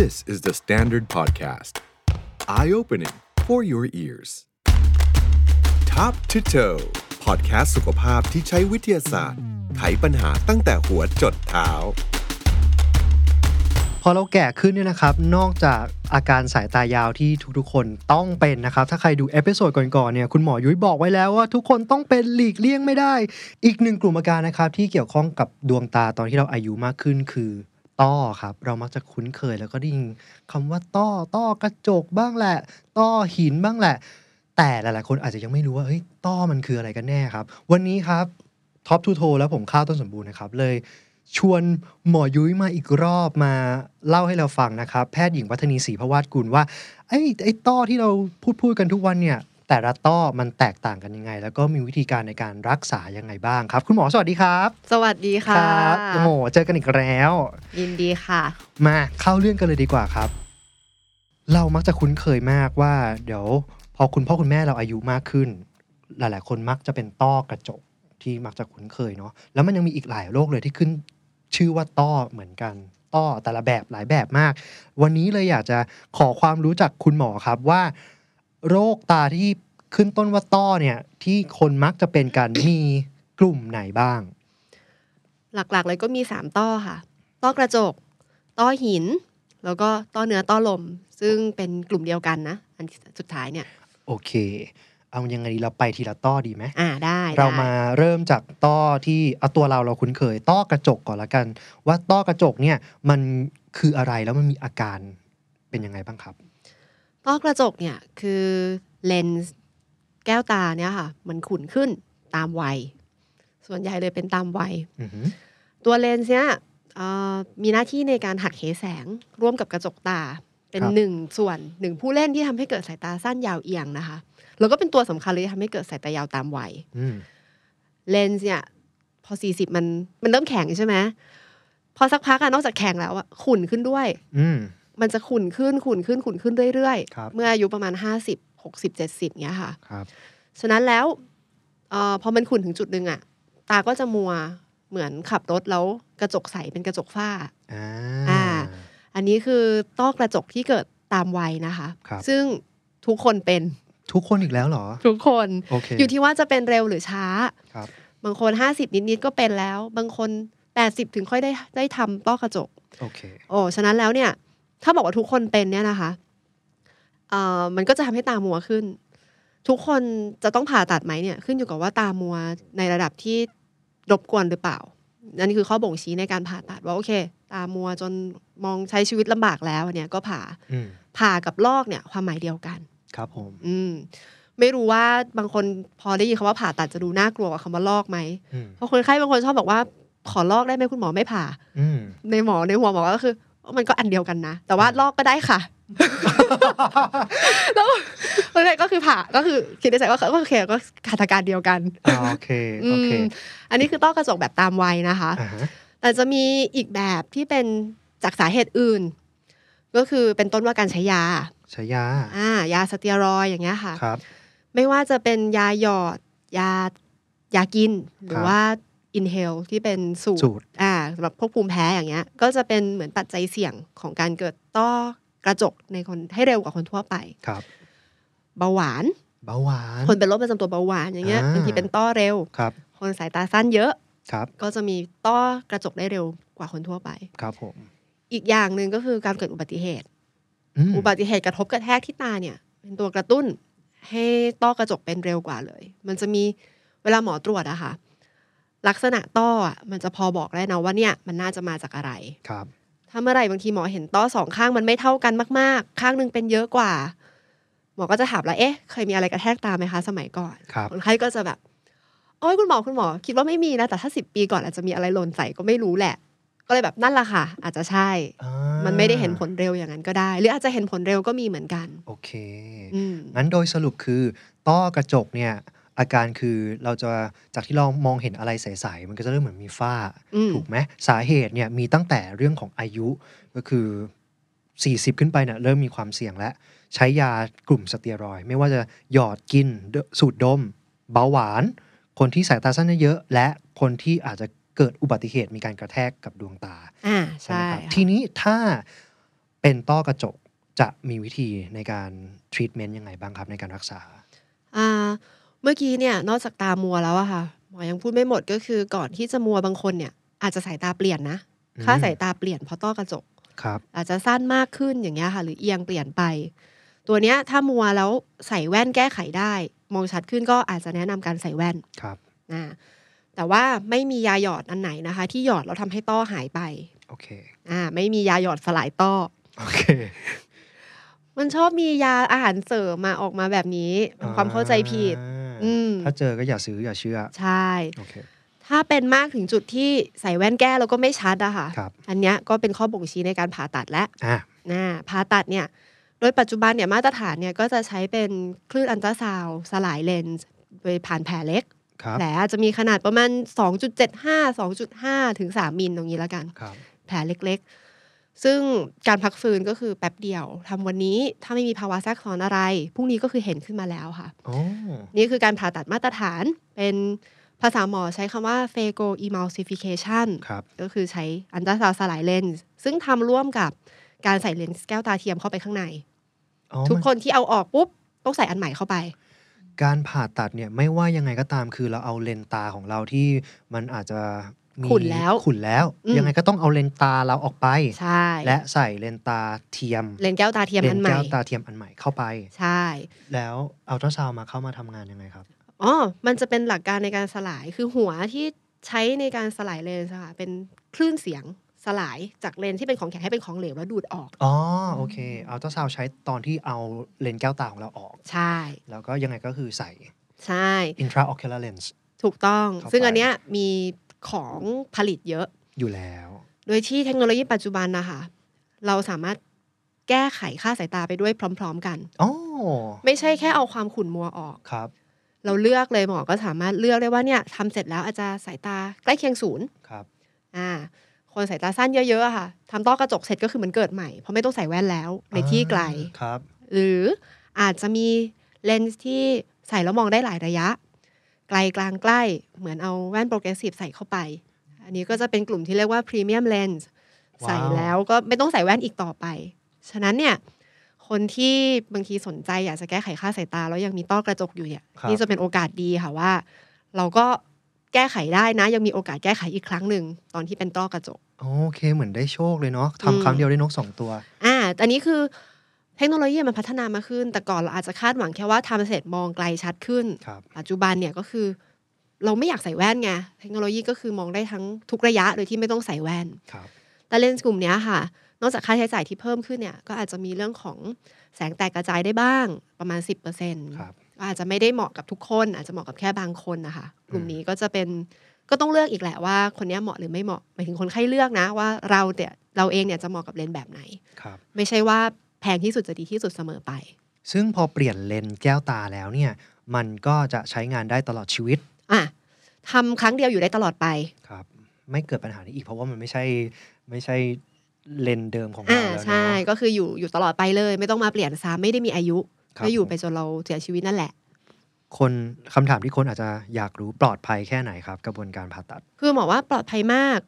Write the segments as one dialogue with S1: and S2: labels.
S1: This is the Standard Podcast. Eye opening for your ears. Top to toe. Podcast สุขภาพที่ใช้วิทยาศาสตร์ ไขปัญหาตั้งแต่หัวจดเท้า
S2: พอเราแก่ขึ้นเนี่ยนะครับ นอกจากอาการสายตายาวที่ทุกๆ คนต้องเป็นนะครับ ถ้าใครดูเอพิโซดก่อนๆ เนี่ย คุณหมอยุ้ยบอกไว้แล้วว่าทุกคนต้องเป็นหลีกเลี่ยงไม่ได้ อีกหนึ่งกลุ่มอาการนะครับ ที่เกี่ยวข้องกับดวงตาตอนที่เราอายุมากขึ้นคือ ต้อครับ เรามักจะคุ้นเคยแล้วก็ได้ยินคำว่าต้อ ต้อกระจกบ้างแหละ ต้อหินบ้างแหละ แต่หลายๆ คนอาจจะยังไม่รู้ว่าเฮ้ยต้อมันคืออะไรกันแน่ครับ วันนี้ครับท็อปทูโทแล้วผมข้าวต้นสมบูรณ์นะครับเลย ชวนหมอยุ้ยมาอีกรอบมาเล่าให้เราฟังนะครับ แพทย์หญิงวัฒนีศรีพวาดกุลว่าไอ้ไอ้ต้อที่เราพูดพูดกันทุกวันเนี่ย แต่ละต้อมันแตกต่างกันยังไง แล้วก็มีวิธีการในการรักษายังไงบ้างครับ คุณหมอสวัสดีครับ
S3: สวัสดีค่ะ
S2: โอ้โหเจอกันอีกแล้ว
S3: ยินดีค่ะ
S2: มาเข้าเรื่องกันเลยดีกว่าครับ เรามักจะคุ้นเคยมากว่า เดี๋ยว พอคุณพ่อคุณแม่เราอายุมากขึ้น หลาย ๆ คนมักจะเป็นต้อกระจกที่มักจะคุ้นเคยเนาะแล้วมันยังมีอีกหลายโรคเลยที่ขึ้น ชื่อว่าต้อเหมือนกัน ต้อแต่ละแบบหลายแบบมาก วันนี้เลยอยากจะขอความรู้จากคุณหมอครับว่า โรคตาที่ขึ้นต้นว่าต้อเนี่ย ที่คนมักจะเป็นกัน มีกลุ่มไหนบ้าง
S3: หลักๆ เลยก็มีสามต้อค่ะ ต้อกระจก ต้อหิน แล้วก็ต้อเนื้อต้อลม ซึ่งเป็นกลุ่มเดียวกันนะ อันสุดท้ายเนี่ย
S2: โอเค เอายังไงดีเราไปทีละต้อดีไหม
S3: อ่าได้
S2: เรา
S3: ได้
S2: มาเริ่มจากต้อที่เอาตัวเราเราคุ้นเคย ต้อกระจกก่อนละกัน ว่าต้อกระจกเนี่ยมันคืออะไรแล้วมันมีอาการเป็นยังไงบ้างครับ
S3: ต้อกระจกเนี่ยคือเลนส์แก้วตาเนี่ยค่ะ มันขุ่นขึ้นตามวัย ส่วนใหญ่เลยเป็นตามวัย
S2: อือหือ
S3: ตัวเลนส์เนี่ยเอ่อมีหน้าที่ในการหักเหแสงร่วมกับกระจกตา เป็นหนึ่งส่วนหนึ่งผู้เล่นที่ทำให้เกิดสายตาสั้นยาวเอียงนะคะ แล้วก็เป็นตัวสำคัญเลยที่ทำให้เกิดสายตายาวตามวัย
S2: อืม
S3: เลนส์เนี่ยพอ 40 มันมันเริ่มแข็งใช่ไหมพอสักพักอะนอกจากแข็งแล้วอะขุ่นขึ้นด้วย
S2: อืม
S3: มันจะขุ่นขึ้นขุ่นขึ้นขุ่นขึ้นเรื่อย
S2: ครับ
S3: ๆ เมื่ออายุประมาณ 50 60 70เงี้ยค่ะ
S2: ครับ
S3: ฉะนั้นแล้วเออพอมันขุ่นถึงจุดหนึ่งอะตาก็จะมัวเหมือนขับรถแล้วกระจกใสเป็นกระจกฝ้า
S2: อ่า
S3: อ่า อันนี้คือต้อกระจกที่เกิดตามวัยนะคะ
S2: ครับ
S3: ซึ่งทุกคนเป็น
S2: ทุกคนอีกแล้วเหรอ
S3: ทุกคน
S2: โอเค
S3: อยู่ที่ว่าจะเป็นเร็วหรือช้า
S2: ครับ
S3: บางคน 50 นิด ๆ ก็เป็นแล้ว บางคน 80 ถึงค่อยได้ได้ทำต้อกระจก
S2: โอเค
S3: โอ้ฉะนั้นแล้วเนี่ย ถ้าบอกว่าทุกคนเป็นเนี่ยนะคะเอ่อมันก็จะทำให้ตามัวขึ้น ทุกคนจะต้องผ่าตัดไหมเนี่ย ขึ้นอยู่กับว่าตามัวในระดับที่รบกวนหรือเปล่านั่นคือข้อบ่งชี้ในการผ่าตัดว่าโอเค ตามัวจนมองใช้ชีวิตลำบากแล้วเนี่ยก็ผ่า
S2: อืม
S3: ผ่ากับลอกเนี่ย ความหมายเดียวกัน
S2: ครับผม
S3: อืม ไม่รู้ว่าบางคนพอได้ยินคำว่าผ่าตัดจะดูน่ากลัวกว่าคำว่าลอกไหม
S2: อืม
S3: เพราะคนไข้บางคนชอบบอกว่าขอลอกได้ไหมคุณหมอไม่ผ่า
S2: อื ม
S3: ในหมอในหัวหมอก็คือมันก็อันเดียวกันนะ แต่ว่าลอกก็ได้ค่ะ แล้วแล้วเนี่ยก็คือผ่าก็คือคิดในใจว่าก็โอเคก็คาตาการเดียวกัน
S2: อ่าโอเค โอเค
S3: มอันนี้คือต้อกระจกแบบตามวัยนะคะ
S2: อ่าฮะ
S3: แต่จะมีอีกแบบที่เป็นจากสาเหตุอื่น ก็คือเป็นต้นว่าการใช้ยา
S2: ใชายา
S3: อ่ายาสเตียรอยด์อย่างเงี้ยค่ะ
S2: ครับ
S3: ไม่ว่าจะเป็นยาหยอด ยายากิน ห
S2: ค
S3: รือ
S2: รับ
S3: ว่าอินเฮลที่เป็นสูตร
S2: สูตร
S3: อ่าสำหรับพวกภูมิแพ้อย่างเงี้ย ก็จะเป็นเหมือนปัจจัยเสี่ยงของการเกิดต้อกระจกในคนให้เร็วกว่าคนทั่วไป
S2: ครับ
S3: เบาหวาน
S2: เบาหวาน
S3: คนเป็นโรคประจำตัวเบาหวานอย่างเงี้ย
S2: อ่า
S3: บางทีเป็นต้อเร็ว
S2: ครับ
S3: คนสายตาสั้นเยอะ
S2: ครับ
S3: ก็จะมีต้อกระจกได้เร็วกว่าคนทั่วไป
S2: ครับผม
S3: อีกอย่างหนึ่งก็คือการเกิดอุบัติเหตุ
S2: ม
S3: อุบัติเหตุกระทบกระแทกที่ตาเนี่ย เป็นตัวกระตุ้นให้ต้อกระจกเป็นเร็วกว่าเลย มันจะมีเวลาหมอตรวจอะค่ะ ลักษณะต้ออะมันจะพอบอกได้นะว่าเนี่ย มันน่าจะมาจากอะไร
S2: ครับ
S3: ถ้าเมื่อไหร่บางทีหมอเห็นต้อสองข้างมันไม่เท่ากันมาก ๆ ข้างหนึงเป็นเยอะกว่า หมอก็จะถามแล้วเอ๊ะ เคยมีอะไรกระแทกตาไหมคะ สมัยก่อน
S2: ครับ
S3: นไข้ก็จะแบบโอ้ยคุณหมอคุณหมอ คิดว่าไม่มีนะแต่ถ้าสิบปีก่อนอาจจะมีอะไรหล่นใส่ก็ไม่รู้แหละ ก็เลยแบบนั่นแหละค่ะ อาจจะใช่
S2: อ่า
S3: มันไม่ได้เห็นผลเร็วอย่างนั้นก็ได้ หรืออาจจะเห็นผลเร็วก็มีเหมือนกัน
S2: โอเค
S3: อืม
S2: งั้นโดยสรุปคือ ต้อกระจกเนี่ย อาการคือเราจะจากที่เรามองเห็นอะไรใสๆมันก็จะเริ่มเหมือนมีฝ้า
S3: อืม
S2: ถูกไหมสาเหตุเนี่ยมีตั้งแต่เรื่องของอายุก็คือ 40 ขึ้นไปเนี่ยเริ่มมีความเสี่ยงแล้ว ใช้ยากลุ่มสเตียรอยด์ไม่ว่าจะหยอดกินดสูดดม เบาหวาน คนที่สายตาสั้นเยอะๆและคนที่อาจจะเกิดอุบัติเหตุมีการกระแทกกับดวงตา
S3: อ่า
S2: ใช่ไหม
S3: ใช่
S2: ครับ
S3: ค่ะ
S2: ทีนี้ถ้า เป็นต้อกระจกจะมีวิธีในการทรีทเมนต์ยังไงบ้างครับในการรักษา
S3: อ่าเมื่อกี้เนี่ยนอกจากตามัวแล้วอะค่ะ หมอยังพูดไม่หมดก็คือก่อนที่จะมัวบางคนเนี่ย อาจจะสายตาเปลี่ยนนะ
S2: อืม
S3: ค่าสายตาเปลี่ยนเพราะต้อกระจก
S2: ครับ
S3: อาจจะสั้นมากขึ้นอย่างเงี้ยค่ะ หรือเอียงเปลี่ยนไป ตัวเนี้ยถ้ามัวแล้วใส่แว่นแก้ไขได้ มองชัดขึ้นก็อาจจะแนะนำการใส่แว่น
S2: ครับ
S3: นะแต่ว่าไม่มียาหยอดอันไหนนะคะ ที่หยอดแล้วทำให้ต้อหายไป
S2: โอเค
S3: อ่าไม่มียาหยอดสลายต้อ
S2: โอ เค
S3: มันชอบมียาอาหารเสริมมาออกมาแบบนี้เป็นความเข้าใจผิด อืม
S2: ถ้าเจอก็อย่าซื้ออย่าเชื่อ
S3: ใช่
S2: โอเค
S3: ถ้าเป็นมากถึงจุดที่ใส่แว่นแก้แล้วก็ไม่ชัดอะค่ะ
S2: ครับ
S3: อันเนี้ยก็เป็นข้อบ่งชี้ในการผ่าตัดและ
S2: อ่ะ
S3: นะผ่าตัดเนี่ย โดยปัจจุบันเนี่ยมาตรฐานเนี่ยก็จะใช้เป็นคลื่นอันตราซาวด์สลายเลนส์โดยผ่านแผลเล็ก
S2: ครับ
S3: แผลอาจจะมีขนาดประมาณ 2.75 2.5 ถึง 3 มิลตรงนี้แล้วกัน
S2: ครับ
S3: แผลเล็กๆ ซึ่งการพักฟื้นก็คือแป๊บเดียวทำวันนี้ถ้าไม่มีภาวะแทรกซ้อนอะไรพรุ่งนี้ก็คือเห็นขึ้นมาแล้วค่ะ
S2: โอ้
S3: นี่คือการผ่าตัดมาตรฐานเป็นภาษาหมอใช้คำว่า p h a g o emulsification
S2: ครับ
S3: ก็คือใช้อันตราซาวด์สลายเลนส์ซึ่งทำร่วมกับการใส่เลนส์แก้วตาเทียมเข้าไปข้างใน
S2: อ๋อ
S3: ทุก
S2: มัน
S3: คนที่เอาออกปุ๊บ ต้องใส่อันใหม่เข้าไป
S2: การผ่าตัดเนี่ยไม่ว่ายังไงก็ตามคือเราเอาเลนส์ตาของเราที่มันอาจจะมี
S3: ขุ่นแล้ว
S2: ขุ่นแล้ว
S3: อืม
S2: ยังไงก็ต้องเอาเลนส์ตาเราออกไป
S3: ใช่
S2: และใส่เลนส์ตาเทียม
S3: เลนส์แก้วตาเทียม
S2: เล
S3: อั
S2: น
S3: น
S2: ส์
S3: ใหม่
S2: แก้วตาเทียมอันใหม่เข้าไป
S3: ใช่
S2: แล้วอัลตราซาวมาเข้ามาทำงานยังไงครับ
S3: อ๋อมันจะเป็นหลักการในการสลายคือหัวที่ใช้ในการสลายเลนส์อะค่ะเป็นคลื่นเสียงสลายจากเลนส์ที่เป็นของแข็งให้เป็นของเหลวแล้วดูดออก
S2: อ๋อโอเคอัลตราซาวใช้ตอนที่เอาเลนส์แก้วตาของเราออก
S3: ใช่
S2: แล้วก็ยังไงก็คือใส่
S3: ใช่
S2: intraocular lens
S3: ถูกต้อง
S2: เข้าไป
S3: ซึ่งอันเนี้ยมีของผลิตเยอะ
S2: อยู่แล้ว
S3: โดยที่เทคโนโลยีปัจจุบันนะคะ เราสามารถแก้ไขค่าสายตาไปด้วยพร้อม ๆ กัน
S2: อ๋อ
S3: ไม่ใช่แค่เอาความขุ่นมัวออก
S2: ครับ
S3: เราเลือกเลยหมอก็สามารถเลือกได้ว่าเนี่ยทำเสร็จแล้วอาจจะสายตาใกล้เคียงศูนย์
S2: ครับ
S3: อ่า คนสายตาสั้นเยอะๆอะค่ะทำต้อกระจกเสร็จก็คือเหมือนเกิดใหม่ เพราะไม่ต้องใส่แว่นแล้วในที่ไกล
S2: ครับ
S3: หรืออาจจะมีเลนส์ที่ใส่แล้วมองได้หลายระยะ ไกลกลางใกล้เหมือนเอาแว่นโปรเกรสซีฟใส่เข้าไป อันนี้ก็จะเป็นกลุ่มที่เรียกว่าพรีเมียมเลนส์
S2: ว้าว
S3: ใส่แล้วก็ไม่ต้องใส่แว่นอีกต่อไป ฉะนั้นเนี่ย คนที่บางทีสนใจอยากจะแก้ไขค่าสายตา แล้วยังมีต้อกระจกอยู่เนี่ย
S2: ครับ
S3: นี่จะเป็นโอกาสดีค่ะว่า เราก็แก้ไขได้นะ ยังมีโอกาสแก้ไขอีกครั้งหนึ่งตอนที่เป็นต้อกระจก
S2: โอเคเหมือนได้โชคเลยเนาะ
S3: อืม
S2: ทำครั้งเดียวได้นกสองตัว
S3: อ่าอันนี้คือเทคโนโลยีมันพัฒนามาขึ้น แต่ก่อนเราอาจจะคาดหวังแค่ว่าทำเสร็จมองไกลชัดขึ้น
S2: ครับ
S3: ปัจจุบันเนี่ยก็คือ เราไม่อยากใส่แว่นไง เทคโนโลยีก็คือมองได้ทั้งทุกระยะโดยที่ไม่ต้องใส่แว่น
S2: ครับ
S3: แต่เลนส์กลุ่มเนี้ยค่ะ นอกจากค่าใช้จ่ายที่เพิ่มขึ้นเนี่ย ก็อาจจะมีเรื่องของแสงแตกกระจายได้บ้างประมาณ 10%
S2: ครับ
S3: ก็อาจจะไม่ได้เหมาะกับทุกคน อาจจะเหมาะกับแค่บางคนนะคะ กลุ่ม
S2: อืม
S3: นี้ก็จะเป็นก็ต้องเลือกอีกแหละว่าคนเนี้ยเหมาะหรือไม่เหมาะหมายถึงคนไข้เลือกนะว่าเราเนี่ยเราเองเนี่ยจะเหมาะกับเลนส์แบบไหน
S2: ครับ
S3: ไม่ใช่ว่าแพงที่สุดจะดีที่สุดเสมอไป
S2: ซึ่งพอเปลี่ยนเลนส์แก้วตาแล้วเนี่ย มันก็จะใช้งานได้ตลอดชีวิต
S3: อ่ะทำครั้งเดียวอยู่ได้ตลอดไป
S2: ครับ ไม่เกิดปัญหานี้อีกเพราะว่ามันไม่ใช่ไม่ใช่เลนส์เดิมของเรา
S3: อ่า
S2: แล้ว
S3: ใช่
S2: เนาะ
S3: ก็คืออยู่อยู่ตลอดไปเลย ไม่ต้องมาเปลี่ยนซ้ำไม่ได้มีอายุ
S2: ครับ
S3: ก็อยู่ไปจนเราเสียชีวิตนั่นแหละ
S2: คนคำถามที่คนอาจจะอยากรู้ปลอดภัยแค่ไหนครับ กระบวนการผ่าตัด
S3: คือหมอว่าปลอดภัยมาก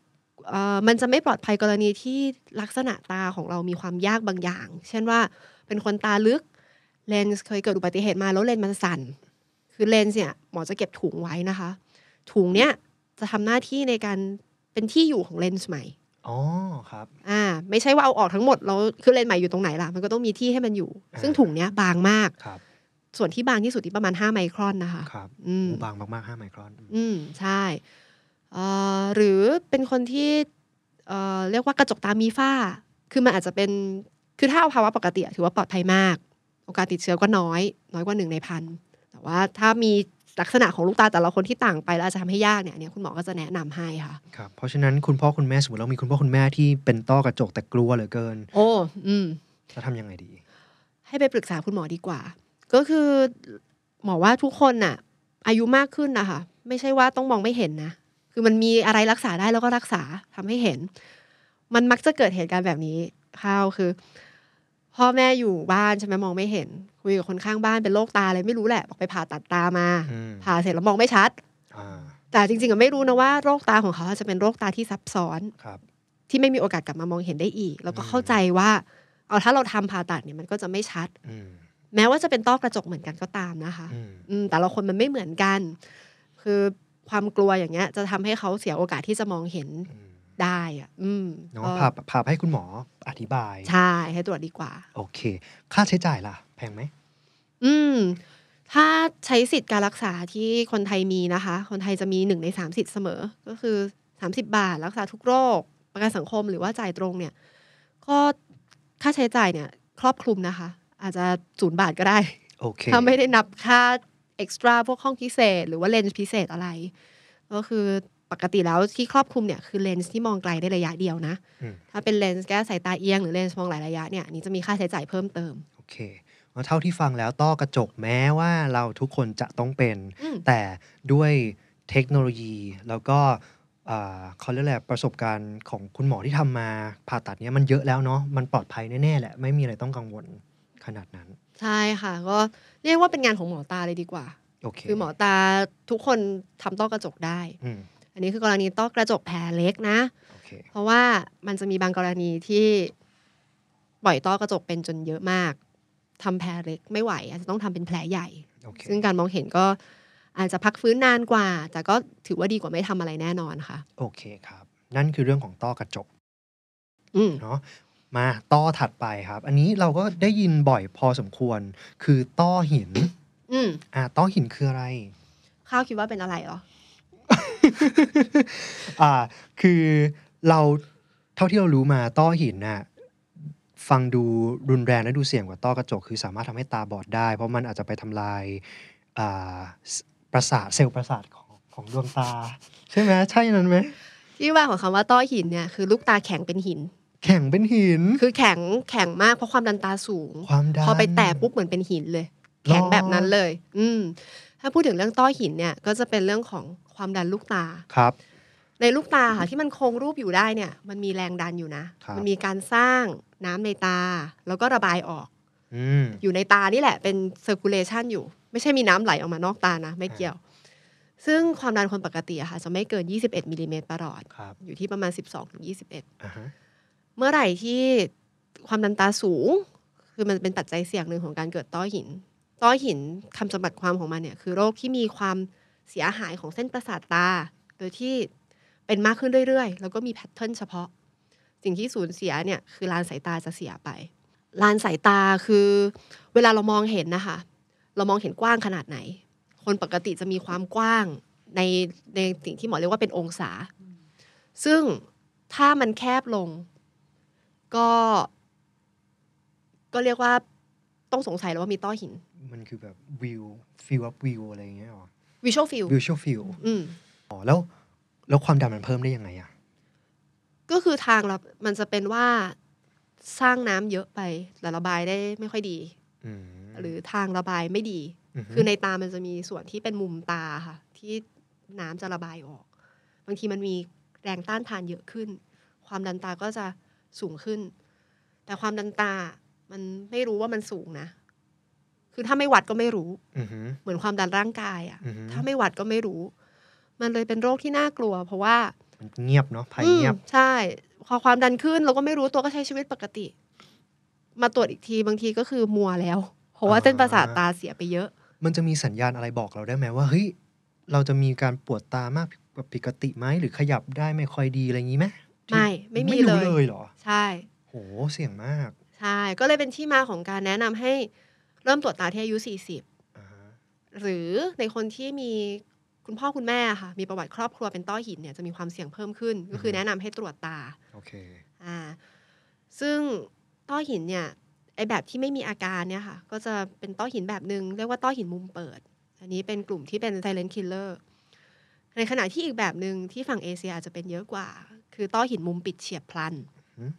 S3: เอ่อมันจะไม่ปลอดภัยกรณีที่ลักษณะตาของเรามีความยากบางอย่าง เช่นว่าเป็นคนตาลึกเลนส์เคยเกิดอุบัติเหตุมาแล้วเลนส์มันสั่น คือเลนส์เนี่ยหมอจะเก็บถุงไว้นะคะ ถุงเนี้ยจะทำหน้าที่ในการเป็นที่อยู่ของเลนส์ใหม่
S2: อ๋อครับ
S3: อ่าไม่ใช่ว่าเอาออกทั้งหมดแล้วคือเลนส์ใหม่อยู่ตรงไหนล่ะมันก็ต้องมีที่ให้มันอยู่
S2: อ่า
S3: ซึ่งถุงเนี้ยบางมาก
S2: ครับ
S3: ส่วนที่บางที่สุดที่ประมาณ 5 ไมครอนนะคะ
S2: ครับ
S3: อืม
S2: โอ้บางมากๆห้าไมครอนอืม
S3: อืม ใช่เอ่อหรือเป็นคนที่เอ่อเรียกว่ากระจกตามีฝ้า คือมันอาจจะเป็น คือถ้าเอาภาวะปกติอะถือว่าปลอดภัยมาก โอกาสติดเชื้อก็น้อย น้อยกว่าหนึ่งในพัน แต่ว่าถ้ามีลักษณะของลูกตาแต่ละคนที่ต่างไปแล้วอาจจะทำให้ยากเนี่ยอันเนี่ยคุณหมอก็จะแนะนำให้ค่ะ
S2: ครับ เพราะฉะนั้นคุณพ่อคุณแม่สมมติเรามีคุณพ่อคุณแม่ที่เป็นต้อกระจกแต่กลัวเหลือเกิน
S3: โอ้อืม
S2: จะทำยังไงดี
S3: ให้ไปปรึกษาคุณหมอดีกว่า ก็คือหมอว่าทุกคนน่ะ อายุมากขึ้นนะคะไม่ใช่ว่าต้องมองไม่เห็นนะ คือมันมีอะไรรักษาได้แล้วก็รักษาทำให้เห็น มันมักจะเกิดเหตุการณ์แบบนี้ข้าวคือ พ่อแม่อยู่บ้านใช่ไหมมองไม่เห็น คุยกับคนข้างบ้านเป็นโรคตาอะไรไม่รู้แหละบอกไปผ่าตัดตามา
S2: อืม
S3: ผ่าเสร็จแล้วมองไม่ชัด
S2: อ่า
S3: แต่จริงๆก็ไม่รู้นะว่าโรคตาของเขาอาจจะเป็นโรคตาที่ซับซ้อน
S2: ครับ
S3: ที่ไม่มีโอกาสกลับมามองเห็นได้อีก แล้วก็
S2: อืม
S3: เข้าใจว่า เอาถ้าเราทำผ่าตัดเนี่ยมันก็จะไม่ชัด
S2: อืม
S3: แม้ว่าจะเป็นต้อกระจกเหมือนกันก็ตามนะคะ
S2: อืม
S3: อืมแต่ละคนมันไม่เหมือนกัน คือความกลัวอย่างเงี้ย จะทำให้เขาเสียโอกาสที่จะมองเห็น
S2: อืม
S3: ได้อ่ะ อืม
S2: เนาะ
S3: ก็
S2: พาพาให้คุณหมออธิบาย
S3: ใช่ให้ตรวจดีกว่า
S2: โอเค ค่าใช้จ่ายล่ะ แพงไหม
S3: อืม ถ้าใช้สิทธิ์การรักษาที่คนไทยมีนะคะ คนไทยจะมีหนึ่งในสามสิทธิ์เสมอ ก็คือสามสิบาท รักษาทุกโรค ประกันสังคมหรือว่าจ่ายตรงเนี่ย ก็ค่าใช้จ่ายเนี่ย ครอบคลุมนะคะ อาจจะศูนย์บาทก็ได้
S2: โอเค
S3: ถ้าไม่ได้นับค่าเอ็กซ์ตร้าพวกห้องพิเศษ หรือว่าเลนส์พิเศษอะไร ก็คือปกติแล้วที่ครอบคลุมเนี่ยคือเลนส์ที่มองไกลได้ระยะเดียวนะ
S2: อืม
S3: ถ้าเป็นเลนส์แก้สายตาเอียงหรือเลนส์มองหลายระยะเนี่ยอันนี่จะมีค่าใช้จ่ายเพิ่มเติม
S2: โอเคเอาเท่าที่ฟังแล้วต้อกระจกแม้ว่าเราทุกคนจะต้องเป็น
S3: อืม
S2: แต่ด้วยเทคโนโลยีแล้วก็อ่าเขาเรียกแหละไรประสบการณ์ของคุณหมอที่ทำมาผ่าตัดเนี้ยมันเยอะแล้วเนาะมันปลอดภัยแน่ ๆ แหละ ไม่มีอะไรต้องกังวลขนาดนั้น
S3: ใช่ค่ะ ก็เรียกว่าเป็นงานของหมอตาเลยดีกว่า
S2: โอเค
S3: คือหมอตาทุกคนทำต้อกระจกได้
S2: อืม
S3: อันนี้คือกรณีต้อกระจกแผลเล็กนะ
S2: โอเค
S3: เพราะว่ามันจะมีบางกรณีที่ปล่อยต้อกระจกเป็นจนเยอะมากทำแผลเล็กไม่ไหว อาจจะต้องทำเป็นแผลใหญ่
S2: โอเค
S3: ซึ่งการมองเห็นก็อาจจะพักฟื้นนานกว่า แต่ก็ถือว่าดีกว่าไม่ทำอะไรแน่นอนค่ะ
S2: โอเคครับ นั่นคือเรื่องของต้อกระจก
S3: อืม
S2: เนาะมาต้อถัดไปครับ อันนี้เราก็ได้ยินบ่อยพอสมควร คือต้อหิน
S3: อืม
S2: อ่าต้อหินคืออะไร
S3: ข้าวคิดว่าเป็นอะไรเหรอ
S2: อ่า คือเราเท่าที่เรารู้มาต้อหินน่ะฟังดูรุนแรงและดูเสี่ยงกว่าต้อกระจก คือสามารถทำให้ตาบอดได้ เพราะมันอาจจะไปทำลายอ่าสประสาทเซลล์ประสาทของของดวงตา ใช่ไหมใช่นั้นไหม
S3: ที่ว่าของคำว่าต้อหินเนี่ยคือลูกตาแข็งเป็นหิน
S2: แข็งเป็นหิน
S3: คือแข็งแข็งมากเพราะความดันตาสูง
S2: ความดัน
S3: พอไปแตะปุ๊บเหมือนเป็นหินเลย แข็ง
S2: หรอ
S3: แบบนั้นเลย อืม ถ้าพูดถึงเรื่องต้อหินเนี่ยก็จะเป็นเรื่องของความดันลูกตา
S2: ครับ
S3: ในลูกตาค่ะที่มันคงรูปอยู่ได้เนี่ย มันมีแรงดันอยู่นะ
S2: ครับ
S3: มัมีการสร้างน้ำในตา แล้วก็ระบายออก
S2: อืม
S3: อยู่ในตานี่แหละเป็น circulation อยู่ ไม่ใช่มีน้ำไหลออกมานอกตานะ ไม่เกี่ยว ซึ่งความดันคนปกติอะค่ะจะไม่เกิน 21มิลลิเมตรประหลอด
S2: ครับ
S3: อยู่ที่ประมาณ 12ถึง21
S2: อ่าฮะ
S3: เมื่อไหร่ที่ความดันตาสูง คือมันเป็นปัจจัยเสี่ยงหนึ่งของการเกิดต้อหิน ต้อหินคำจำกัดความของมันเนี่ยคือโรคที่มีความเสียหายของเส้นประสาทตา โดยที่เป็นมากขึ้นเรื่อยๆ แล้วก็มีแพทเทิร์นเฉพาะ สิ่งที่สูญเสียเนี่ยคือลานสายตาจะเสียไป ลานสายตาคือเวลาเรามองเห็นนะคะ เรามองเห็นกว้างขนาดไหน คนปกติจะมีความกว้างในในสิ่งที่หมอเรียกว่าเป็นองศา ซึ่งถ้ามันแคบลง ก็ก็เรียกว่าต้องสงสัยแล้วว่ามีต้อหิน
S2: มันคือแบบวิวฟิลอัพวิวอะไรอย่างเงี้ยหรอ
S3: วิชวลฟิล
S2: วิวชั่วฟิล
S3: อืม
S2: อ๋อแล้วแล้วความดันมันเพิ่มได้ยังไงอะ
S3: ก็คือทางเรามันจะเป็นว่าสร้างน้ำเยอะไปแต่ระบายได้ไม่ค่อยดี
S2: อืม
S3: หรือทางระบายไม่ดี
S2: ม
S3: คือในตามันจะมีส่วนที่เป็นมุมตาค่ะ ที่น้ำจะระบายออก บางทีมันมีแรงต้านทานเยอะขึ้น ความดันตาก็จะสูงขึ้น แต่ความดันตามันไม่รู้ว่ามันสูงนะ คือถ้าไม่วัดก็ไม่รู้
S2: อือฮึ
S3: เหมือนความดันร่างกายอะ
S2: อือฮึ
S3: ถ้าไม่หวัดก็ไม่รู้ มันเลยเป็นโรคที่น่ากลัว เพราะว่า
S2: มันเงียบเนาะภัย
S3: อืม
S2: เงียบ
S3: ใช่ พอความดันขึ้นเราก็ไม่รู้ตัวก็ใช้ชีวิตปกติ มาตรวจอีกทีบางทีก็คือมัวแล้ว เพราะว่าเส้นประสาทตาเสียไปเยอะ
S2: มันจะมีสัญญาณอะไรบอกเราได้ไหมว่าเฮ้ยเราจะมีการปวดตามากแบบผิดปกติไหมหรือขยับได้ไม่ค่อยดีอะไรอย่างนี้ไหมที่
S3: ไม่ไม่มี
S2: รู้
S3: เลย
S2: เลยเหรอ
S3: ใช่
S2: โหเสี่ยงมาก
S3: ใช่ ก็เลยเป็นที่มาของการแนะนำให้เริ่มตรวจตาที่อายุ
S2: อ่าฮะ
S3: 40 หรือในคนที่มีคุณพ่อคุณแม่ค่ะ มีประวัติครอบครัวเป็นต้อหินเนี่ยจะมีความเสี่ยงเพิ่มขึ้น ก็คือแนะนำให้ตรวจตา
S2: โอเค
S3: อ่าซึ่งต้อหินเนี่ยไอแบบที่ไม่มีอาการเนี่ยค่ะ ก็จะเป็นต้อหินแบบหนึ่งเรียกว่าต้อหินมุมเปิด อันนี้เป็นกลุ่มที่เป็น silent killer ในขณะที่อีกแบบหนึ่งที่ฝั่งเอเชียอาจจะเป็นเยอะกว่า คือต้อหินมุมปิดเฉียบพลัน
S2: อืม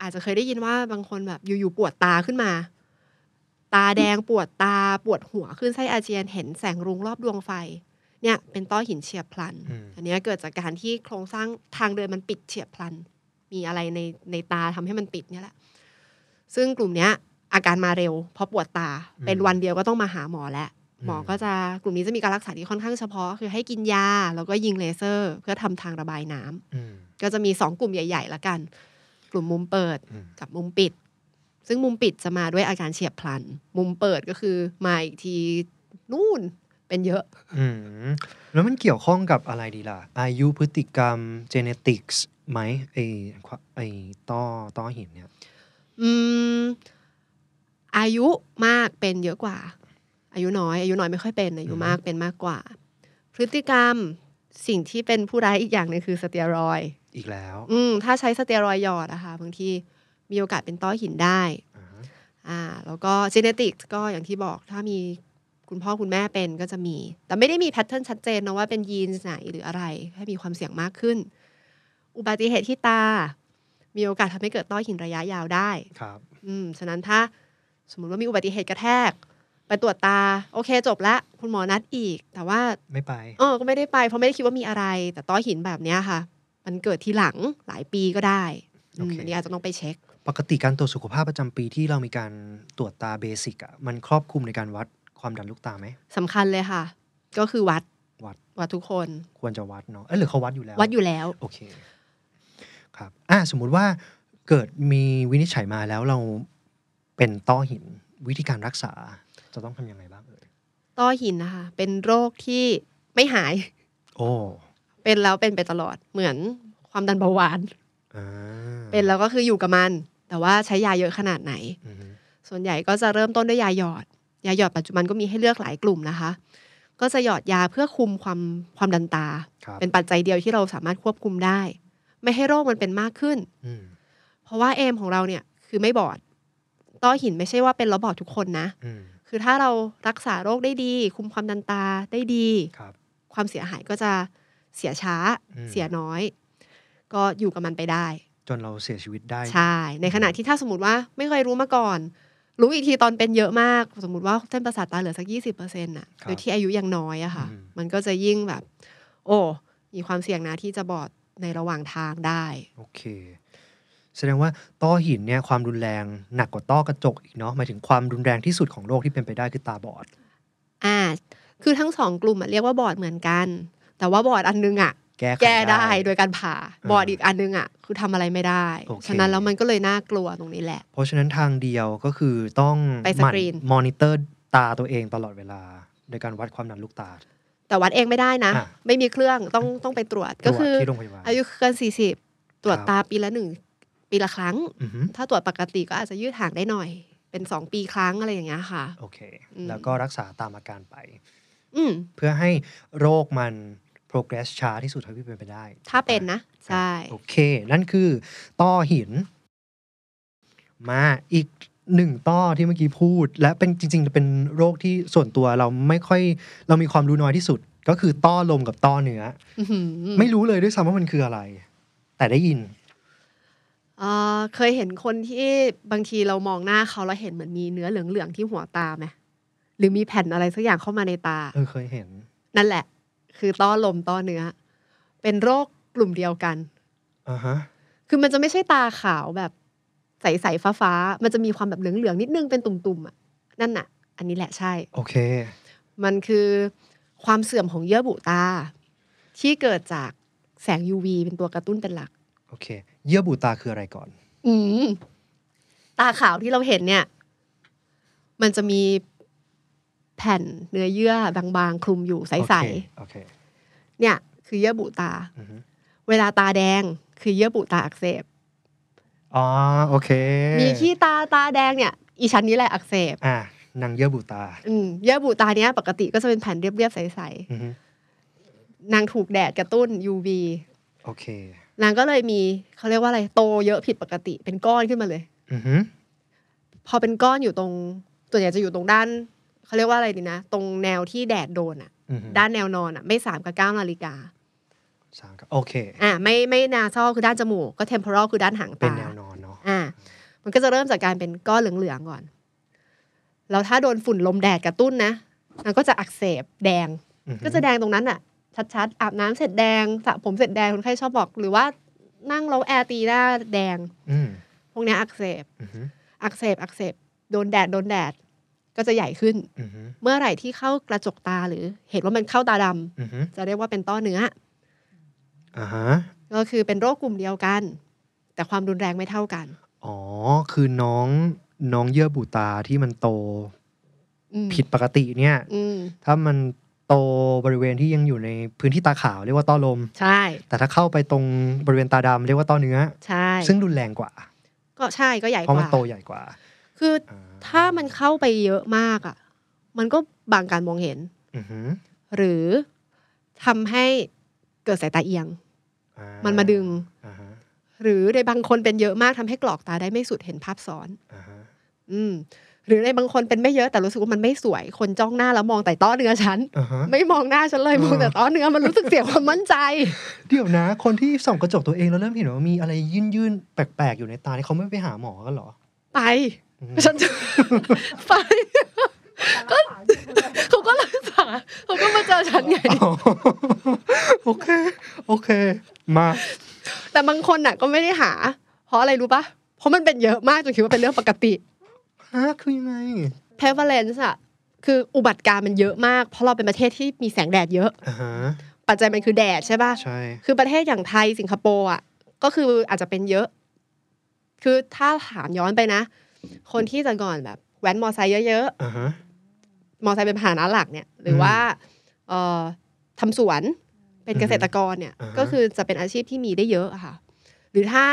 S3: อาจจะเคยได้ยินว่าบางคนแบบอยู่ๆปวดตาขึ้นมา ตาแดงปวดตาปวดหัวขึ้นไส้อาเจียนเห็นแสงรุ้งรอบดวงไฟ เนี่ยเป็นต้อหินเฉียบพลัน
S2: อืม
S3: อันเนี้ยเกิดจากการที่โครงสร้างทางเดินมันปิดเฉียบพลัน มีอะไรในในตาทำให้มันปิดเนี่ยแหละ ซึ่งกลุ่มเนี้ย อาการมาเร็วเพราะปวดตา
S2: อืม
S3: เป็นวันเดียวก็ต้องมาหาหมอแล้ว หมอ
S2: ม
S3: ก็จะกลุ่มนี้จะมีการรักษาที่ค่อนข้างเฉพาะ คือให้กินยา แล้วก็ยิงเลเซอร์ เพื่อทำทางระบายน้ำ
S2: อืม
S3: ก็จะมีสองกลุ่มใหญ่ๆละกัน กลุ่มมุมเปิด
S2: อืม
S3: กับมุมปิด ซึ่งมุมปิดจะมาด้วยอาการเฉียบพลัน มุมเปิดก็คือมาอีกทีนู่นเป็นเยอะ
S2: อืมแล้วมันเกี่ยวข้องกับอะไรดีล่ะ อายุพฤติกรรม genetics ไหมไอความไอต้อต้อหินเนี่ย
S3: อืมอายุมากเป็นเยอะกว่า อายุน้อย อายุน้อยไม่ค่อยเป็น อายุ
S2: อือฮึ
S3: มากเป็นมากกว่า พฤติกรรมสิ่งที่เป็นผู้ร้ายอีกอย่างหนึงคือสเตียรอยด์
S2: อีกแล้ว
S3: อืมถ้าใช้สเตียรอยด์หยอดนะคะบางทีมีโอกาสเป็นต้อหินได้
S2: อ่า
S3: อ่า แล้วก็จ e เนติกก็อย่างที่บอกถ้ามีคุณพ่อคุณแม่เป็นก็จะมี แต่ไม่ได้มีแพทเทิร์นชัดเจนนะว่าเป็นยีนไหนหรืออะไรให้มีความเสี่ยงมากขึ้น อุบัติเหตุที่ตา มีโอกาสทำให้เกิดต้อหินระยะยาวได้
S2: ครับ
S3: อืม ฉะนั้นถ้าสมมุติว่ามีอุบัติเหตุกระแทก ไปตรวจตา โอเคจบละ คุณหมอนัดอีก แต่ว่า
S2: ไม่ไป
S3: เออ ก็ไม่ได้ไป เพราะไม่ได้คิดว่ามีอะไร แต่ต้อหินแบบเนี้ยค่ะ มันเกิดทีหลังหลายปีก็ได้อืม
S2: โอเค
S3: อันนี้อาจจะต้องไปเช็ค
S2: ปกติการตรวจสุขภาพประจำปีที่เรามีการตรวจตาเบสิกอ่ะมันครอบคลุมในการวัดความดันลูกตาไหม
S3: สำคัญเลยค่ะ ก็คือวัด
S2: วัด
S3: วัดทุกคน
S2: ควรจะวัดเนาะเอ้ยหรือเขาวัดอยู่แล้ว
S3: วัดอยู่แล้ว
S2: โอเคครับอ่ะสมมุติว่าเกิดมีวินิจฉัยมาแล้วเราเป็นต้อหินวิธีการรักษาจะต้องทำยังไงบ้างเอ่ย
S3: ต้อหินนะคะ เป็นโรคที่ไม่หาย
S2: โอ้
S3: เป็นแล้วเป็นไปตลอด เหมือนความดันเบาหวาน
S2: อ่า
S3: เป็นแล้วก็คืออยู่กับมัน แต่ว่าใช้ยาเยอะขนาดไหน
S2: อืม
S3: ส่วนใหญ่ก็จะเริ่มต้นด้วยยาหยอด ยาหยอดปัจจุบันก็มีให้เลือกหลายกลุ่มนะคะ ก็จะหยอดยาเพื่อคุมความความดันตา
S2: ครับ
S3: เป็นปัจจัยเดียวที่เราสามารถควบคุมได้ ไม่ให้โรคมันเป็นมากขึ้น
S2: อืม
S3: เพราะว่าเอมของเราเนี่ยคือไม่บอด ต้อหินไม่ใช่ว่าเป็นแล้วบอดทุกคนนะ
S2: อืม
S3: คือถ้าเรารักษาโรคได้ดี คุมความดันตาได้ดี
S2: ครับ
S3: ความเสียหายก็จะเสียช้า
S2: อืม
S3: เสียน้อย ก็อยู่กับมันไปได้
S2: จนเราเสียชีวิตได้
S3: ใช่ ในขณะที่ถ้าสมมติว่าไม่เคยรู้มาก่อน รู้อีกทีตอนเป็นเยอะมาก สมมติว่าเส้นประสาทตาเหลือสัก 20%อน่ะ
S2: ครับ
S3: โดยที่อายุยังน้อยอะค่ะ
S2: อืม
S3: มันก็จะยิ่งแบบ โอ้ มีความเสี่ยงนะที่จะบอดในระหว่างทางได้
S2: โอเค แสดงว่าต้อหินเนี่ยความรุนแรงหนักกว่าต้อกระจกอีกเนาะหมายถึงความรุนแรงที่สุดของโรคที่เป็นไปได้คือตาบอด
S3: อ่า คือทั้งสองกลุ่มอะเรียกว่าบอดเหมือนกัน แต่ว่าบอดอันนึ งอะ
S2: แก้ไข
S3: แก้ได้โดยการผ่า
S2: อ่า
S3: บอดอีกอันนึงอะคือทำอะไรไม่ได้
S2: โอเค
S3: ฉะนั้นแล้วมันก็เลยน่ากลัวตรงนี้แหละ
S2: เพราะฉะนั้นทางเดียวก็คือต้อง
S3: ไปสกรีน
S2: มอนิเตอร์ตาตัวเองตลอดเวลา โดยการวัดความดันลูกตา
S3: แต่วัดเองไม่ได้นะ
S2: อ่ะ
S3: ไม่มีเครื่องต้องต้องไปตรวจ
S2: ตร
S3: ก็
S2: วจ
S3: คือ
S2: ที่โรงพยาบาล
S3: อายุเกินสี่สิบตรวจตาปีละหนึ่งปีละครั้ง
S2: อือฮึ
S3: ถ้าตรวจปกติก็อาจจะยืดห่างได้หน่อย เป็นสองปีครั้งอะไรอย่างเงี้ยค่ะ
S2: โอเค
S3: อืม
S2: แล้วก็รักษาตามอาการไป
S3: อืม
S2: เพื่อให้โรคมัน progress ช้าที่สุดเท่าที่เป็นไปได้
S3: ถ้าเป็นนะ ใช่
S2: โอเค นั่นคือต้อหิน มาอีกหนึ่งต้อที่เมื่อกี้พูด และเป็นจริง ๆ เป็นโรคที่ส่วนตัวเราไม่ค่อย เรามีความรู้น้อยที่สุด ก็คือต้อลมกับต้อเนื้อ
S3: อื้อหือ
S2: ไม่รู้เลยด้วยซ้ำว่ามันคืออะไร แต่ได้ยิน
S3: เอ่อเคยเห็นคนที่บางทีเรามองหน้าเขาแล้วเห็นเหมือนมีเนื้อเหลืองๆที่หัวตาไหมหรือมีแผ่นอะไรสักอย่างเข้ามาในตา
S2: เออเคยเห็น
S3: นั่นแหละ คือต้อลมต้อเนื้อ เป็นโรคกลุ่มเดียวกัน
S2: อ่าฮะ
S3: คือมันจะไม่ใช่ตาขาวแบบใสๆฟ้าๆมันจะมีความแบบเหลืองๆนิดนึงเป็นตุ่มๆอ่ะนั่นน่ะ อันนี้แหละใช่
S2: โอเค
S3: มันคือความเสื่อมของเยื่อบุตา ที่เกิดจากแสง UV เป็นตัวกระตุ้นเป็นหลัก
S2: โอเค เยื่อบุตาคืออะไรก่อน
S3: อืมตาขาวที่เราเห็นเนี่ย มันจะมีแผ่นเนื้อเยื่อบางๆ คลุมอยู่ใ
S2: โอ
S3: ส
S2: เคโอเค
S3: ๆเนี่ย คือเยื่อบุตา
S2: อือฮึ
S3: เวลาตาแดง คือเยื่อบุตาอักเสบ
S2: อ๋อ โอเค
S3: มีขี้ตาตาแดงเนี่ย อีชั้นนี้แหละอักเสบ
S2: อ่ะหนังเยื่อบุตา
S3: อืมเยื่อบุตาเนี้ยปกติก็จะเป็นแผ่นเรียบๆใส
S2: อือฮึ
S3: ๆนางถูกแดดกระตุ้น UV
S2: โอเค
S3: นางก็เลยมีเขาเรียกว่าอะไรโตเยอะผิดปกติ เป็นก้อนขึ้นมาเลย
S2: อือฮึ
S3: พอเป็นก้อนอยู่ตรงส่วนใหญ่จะอยู่ตรงด้านเขาเรียกว่าอะไรดีนะ ตรงแนวที่แดดโดนอ่ะ
S2: อือฮึ
S3: ด้านแนวนอนอ่ะ ไม่สามกับเก้านาฬิกา
S2: สามกับโอเค
S3: อ่าไม่ไม่นาซอลคือด้านจมูกก็เทมเพอรัลคือด้านหาง
S2: เป็น
S3: ตา
S2: แนวนอนเนาะ
S3: อ่า มันก็จะเริ่มจากการเป็นก้อนเหลืองๆก่อน แล้วถ้าโดนฝุ่นลมแดดกระตุ้นนะมันก็จะอักเสบแดง
S2: อือฮึ
S3: ก็จะแดงตรงนั้นอ่ะ ชัดๆอาบน้ำเสร็จแดงสระผมเสร็จแดงคนไข้ชอบบอก หรือว่านั่งแล้วแอร์ตีหน้าแดง
S2: อืม
S3: พวกเนี้ยอักเสบ
S2: อือฮึ
S3: อักเสบอักเสบโดนแดดโดนแดด ก็จะใหญ่ขึ้น
S2: อือฮึ
S3: เมื่อไหร่ที่เข้ากระจกตาหรือเห็นว่ามันเข้าตาดำ
S2: อือฮึ
S3: จะเรียกว่าเป็นต้อเนื้อ
S2: อ่าฮะ
S3: ก็คือเป็นโรคกลุ่มเดียวกัน แต่ความรุนแรงไม่เท่ากัน
S2: อ๋อ คือน้อง น้องเยื่อบุตาที่มันโต
S3: อืม
S2: ผิดปกติเนี่ย
S3: อืม
S2: ถ้ามันโตบริเวณที่ยังอยู่ในพื้นที่ตาขาวเรียกว่าต้อลม
S3: ใช่
S2: แต่ถ้าเข้าไปตรงบริเวณตาดำเรียกว่าต้อเนื้อ
S3: ใช่
S2: ซึ่งรุนแรงกว่า
S3: ก็ใช่ก็ใหญ่
S2: เพ
S3: ก
S2: ราะมัน
S3: ว่า
S2: โตใหญ่กว่า
S3: คือ
S2: อ่
S3: ถ้ามันเข้าไปเยอะมากอ่ะ มันก็บางการมองเห็น
S2: อือหือ
S3: หรือทำให้เกิดสายตาเอียง
S2: อ่
S3: มันมาดึง
S2: อ่าฮะ
S3: หรือในบางคนเป็นเยอะมากทำให้กรอกตาได้ไม่สุดเห็นภาพซ้อน
S2: อ่าฮะ
S3: อืม หรือในบางคนเป็นไม่เยอะแต่รู้สึกว่ามันไม่สวย คนจ้องหน้าแล้วมองแต่ต้อเนื้อฉัน
S2: อ่าฮะ
S3: ไม่มองหน้าฉันเลย
S2: เออ
S3: มองแต่ต้อเนื้อมันรู้สึกเสียความมั่นใจ
S2: เดี๋ยวนะ คนที่ส่องกระจกตัวเองแล้วเริ่มเห็นว่ามีอะไรยื่นยื่นๆแปลกๆอยู่ในตานี่เขาไม่ไปหาหมอกันเหรอ
S3: ไป
S2: อืม
S3: ฉันจะ ไปก็เขาก็รักษาเขาก็มาเจอฉันไง
S2: อ๋อ โอเค โอเค มา
S3: แต่บางคนน่ะก็ไม่ได้หา เพราะอะไรรู้ปะเพราะมันเป็นเยอะมากจนคิดว่าเป็นเรื่องปกติ
S2: ฮะคือยังไง
S3: prevalence อะคืออุบัติการณ์มันเยอะมาก เพราะเราเป็นประเทศที่มีแสงแดดเยอะ
S2: อ่าฮะ
S3: ปัจจัยมันคือแดดใช่ปะ
S2: ใช่
S3: คือประเทศอย่างไทยสิงคโปร์อะก็คืออาจจะเป็นเยอะ คือถ้าถามย้อนไปนะ คนที่แต่ก่อนแบบแว้นมอไซค์เยอะ
S2: อ่าฮะ
S3: ๆ มอไซค์เป็นพาหนะหลักเนี่ย หรืออ
S2: ม
S3: ว่าเอ่อทำสวนเป็น
S2: อือฮึ
S3: เกษตรกรเนี่ย
S2: อ่าฮะ
S3: ก็คือจะเป็นอาชีพที่มีได้เยอะอะค่ะ หรือถ้า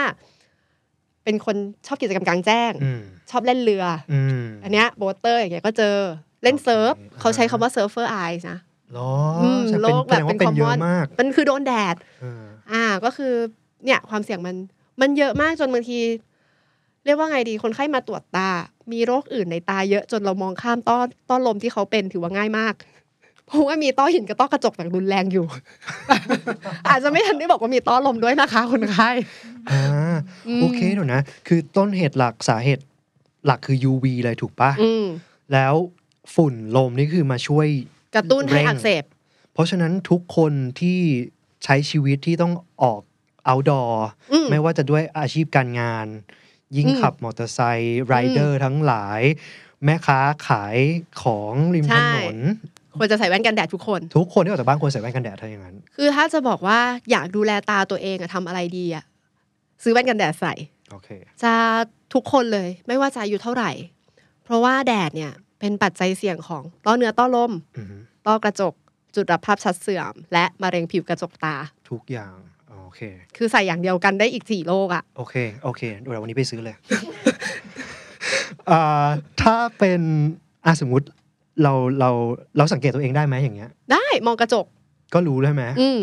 S3: เป็นคนชอบกิจกรรมกลางแจ้ง
S2: อืม
S3: ชอบเล่นเรือ
S2: อืม
S3: อันเนี้ยโบเตอร์อย่างเงี้ยก็เจอเล่นเซิร์ฟ
S2: โอเค
S3: เขาใช้คำว่าเซิร์ฟเฟอร์ไอส์นะ
S2: หรอ
S3: อืม
S2: ใช่
S3: โล
S2: เป็น
S3: ก
S2: แส
S3: แบบ
S2: ดง
S3: เป็
S2: ว่าน เป็นเย
S3: common
S2: อะมาก
S3: มันคือโดนแดด
S2: เออ
S3: อ่าก็คือเนี่ยความเสี่ยงมันมันเยอะมากจนบางที เรียกว่าไงดีคนไข้มาตรวจตา มีโรคอื่นในตาเยอะจนเรามองข้ามต้อต้อลมที่เขาเป็นถือว่าง่ายมาก เพราะว่ามีต้อหินกับต้อกระจกอย่างรุนแรงอยู่ อาจจะไม่ทันได้บอกว่ามีต้อลมด้วยนะคะคนไข้
S2: อ่า
S3: ม
S2: โอเคเดี๋ยวนะ คือต้นเหตุหลักสาเหตุหลักคือ UV เลยถูกปะ
S3: อืม
S2: แล้วฝุ่นลมนี่คือมาช่วย
S3: กระตุ้นให้อักเสบ
S2: เพราะฉะนั้นทุกคนที่ใช้ชีวิตที่ต้องออก outdoor
S3: อืม
S2: ไม่ว่าจะด้วยอาชีพการงาน ยิ่ง
S3: อืม
S2: ขับมอเตอร์ไซค์ไรเดอร์ทั้งหลาย แม่ค้าขายของริม
S3: ใช่
S2: ถนน
S3: ควรจะใส่แว่นกันแดดทุกคน
S2: ทุกคนที่ออกจากบ้านควรใส่แว่นกันแดดถ้าอย่างนั้น
S3: คือถ้าจะบอกว่าอยากดูแลตาตัวเองอะทำอะไรดีอะซื้อแว่นกันแดดใส่
S2: โอเค
S3: จะทุกคนเลยไม่ว่าจะอายุเท่าไหร่ เพราะว่าแดดเนี่ยเป็นปัจจัยเสี่ยงของต้อเนื้อต้อลม
S2: อือฮึ
S3: ต้อกระจก จุดรับภาพชัดเสื่อม และมะเร็งผิวกระจกตา
S2: ทุกอย่าง โอเค
S3: คือใส่อย่างเดียวกันได้อีกสี่โรคอะ
S2: โอเค โอเคเดี๋ยววันนี้ไปซื้อเลย อ่าถ้าเป็นอ่ะสมมติเราเราเราสังเกตตัวเองได้ไหมอย่างเงี้ย
S3: ได้มองกระจก
S2: ก็รู้ใช่ไหม
S3: อืม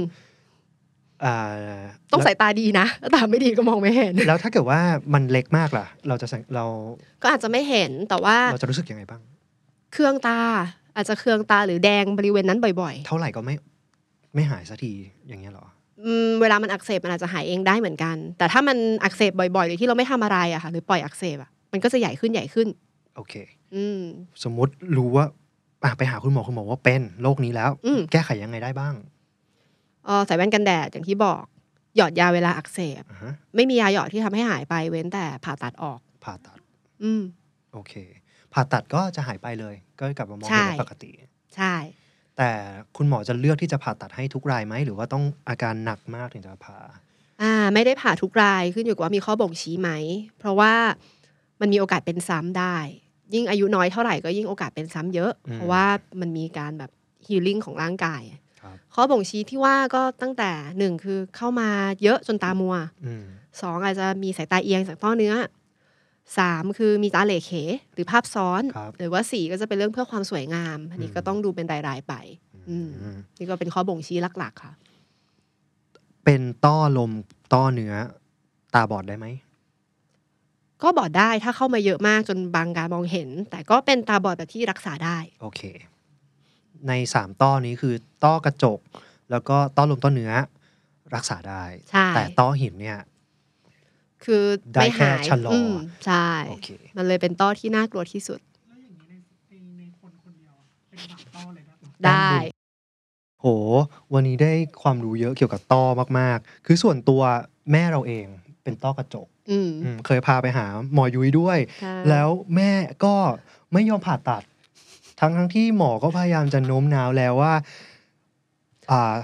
S2: อ่า
S3: ต้องใส่ตาดีนะตาไม่ดีก็มองไม่เห็น
S2: แล้วแล้วถ้าเกิดว่ามันเล็กมากล่ะ เราจะสังเรา
S3: ก็อาจจะไม่เห็นแต่ว่า
S2: เราจะรู้สึกยังไงบ้าง
S3: เครื่องตา อาจจะเครื่องตาหรือแดงบริเวณนั้นบ่อย
S2: เท่าไหร่ก็ไม่ไม่หายสักทีอย่างเงี้ยเหรอ
S3: ๆอืมเวลามันอักเสบมันอาจจะหายเองได้เหมือนกัน แต่ถ้ามันอักเสบบ่อยๆหรือที่เราไม่ทำอะไรอะค่ะหรือปล่อยอักเสบอะมันก็จะใหญ่ขึ้นใหญ่ขึ้น
S2: โอเค
S3: อืม
S2: สมมติรู้ว่าอ่ะไปหาคุณหมอคุณหมอว่าเป็นโรคนี้แล้ว
S3: อืม
S2: แก้ไขยังไงได้บ้าง
S3: เออใส่แว่นกันแดดอย่างที่บอก หยอดยาเวลาอักเสบ
S2: อ่าฮะ
S3: ไม่มียาหยอดที่ทำให้หายไปเว้นแต่ผ่าตัดออก
S2: ผ่าตัด
S3: อืม
S2: โอเค ผ่าตัดก็จะหายไปเลย ก็กลับมามองเห็นได้
S3: ใช่
S2: ปกติ
S3: ใช่
S2: แต่คุณหมอจะเลือกที่จะผ่าตัดให้ทุกรายไหม หรือว่าต้องอาการหนักมากถึงจะผ่า
S3: อ่า ไม่ได้ผ่าทุกรายขึ้นอยู่กับว่ามีข้อบ่งชี้ไหม เพราะว่ามันมีโอกาสเป็นซ้ำได้ ยิ่งอายุน้อยเท่าไหร่ก็ยิ่งโอกาสเป็นซ้ำเยอะ
S2: อืม
S3: เพราะว่ามันมีการแบบฮีลิ่งของร่างกาย
S2: ครับ
S3: ข้อบ่งชี้ที่ว่าก็ตั้งแต่หนึ่งคือเข้ามาเยอะจนตามัว
S2: อืม
S3: สองอาจจะมีสายตาเอียงจากต้อเนื้อสามคือมีตาเหลเขหรือภาพซ้อน
S2: ครับ
S3: หรือว่าสีก็จะเป็นเรื่องเพื่อความสวยงาม อันนี้
S2: อืม
S3: ก็ต้องดูเป็นรายๆไป อืม
S2: อืม
S3: นี่ก็เป็นข้อบ่งชี้หลักๆค่ะ
S2: เป็นต้อลมต้อเนื้อ ตาบอดได้ไหม
S3: ก็บอดได้ถ้าเข้ามาเยอะมากจนบางการมองเห็น แต่ก็เป็นตาบอดแบบที่รักษาได้
S2: โอเค ในสามต้อนี้คือ ต้อกระจก แล้วก็ต้อลมต้อเนื้อ รักษาได้
S3: ใช่
S2: แต่ต้อหินเนี่ย
S3: คือ
S2: ได้
S3: ไม่
S2: แค่
S3: หาย
S2: ชะลออื
S3: มใช่
S2: โอเค
S3: มันเลยเป็นต้อที่น่ากลัวที่สุดได้
S2: โห วันนี้ได้ความรู้เยอะเกี่ยวกับต้อมากๆ คือส่วนตัวแม่เราเองเป็นต้อกระจก
S3: อืม
S2: อืมเคยพาไปหาหมอยุ้ยด้วย
S3: ใช่
S2: แล้วแม่ก็ไม่ยอมผ่าตัด ทั้งทั้งที่หมอก็พยายามจะโน้มน้าวแล้วว่า อ่า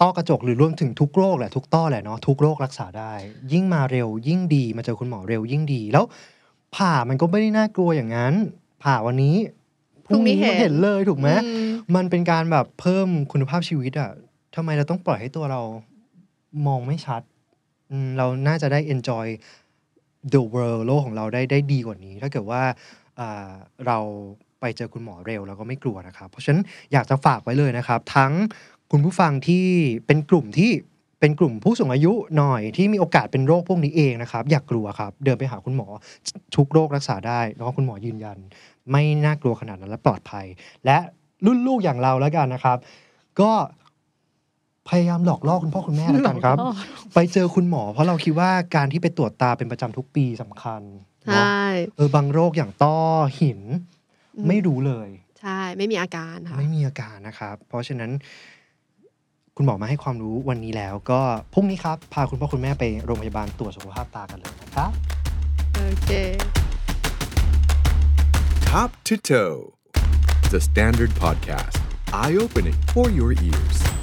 S2: ต้อกระจกหรือรวมถึงทุกโรคแหละทุกต้อแหละเนาะทุกโรครักษาได้ ยิ่งมาเร็วยิ่งดีมาเจอคุณหมอเร็วยิ่งดี แล้ว ผ่ามันก็ไม่ได้น่ากลัวอย่างนั้น ผ่าวันนี้
S3: พรุ่งนี้เห็น
S2: เห็นเลยถูกไหม
S3: อืม
S2: มันเป็นการแบบเพิ่มคุณภาพชีวิตอะทำไมเราต้องปล่อยให้ตัวเรามองไม่ชัดอืมเราน่าจะได้ enjoy the world โลกของเราได้ได้ดีกว่านี้ ถ้าเกิดว่าอ่าเราไปเจอคุณหมอเร็วแล้วก็ไม่กลัวนะครับ เพราะฉะนั้นอยากจะฝากไว้เลยนะครับ ทั้งคุณผู้ฟังที่เป็นกลุ่มที่เป็นกลุ่มผู้สูงอายุหน่อยที่มีโอกาสเป็นโรคพวกนี้เองนะครับ อย่ากกลัวครับ เดินไปหาคุณหมอทุกโรครักษาได้แล้วก็คุณหมอยืนยัน ไม่น่ากลัวขนาดนั้นและปลอดภัย และรุ่นลูกอย่างเราแล้วกันนะครับ ก็พยายามหลอกล่อคุณพ่อคุณแม่แล้วกันครับ
S3: หลอกล่อ
S2: ไปเจอคุณหมอ เพราะเราคิดว่าการที่ไปตรวจตาเป็นประจำทุกปีสำคัญเนาะ
S3: ใช่
S2: เออบางโรคอย่างต้อหิน ไม่รู้เลย
S3: ใช่ ไม่มีอาการค่ะ
S2: ไม่มีอาการนะครับ เพราะฉะนั้น คุณหมอมาให้ความรู้วันนี้แล้ว ก็พรุ่งนี้ครับ พาคุณพ่อคุณแม่ไปโรงพยาบาลตรวจสุขภาพตากันเลยนะครับ
S3: โอเค
S1: Top to Toe, the standard podcast, eye opening for your ears.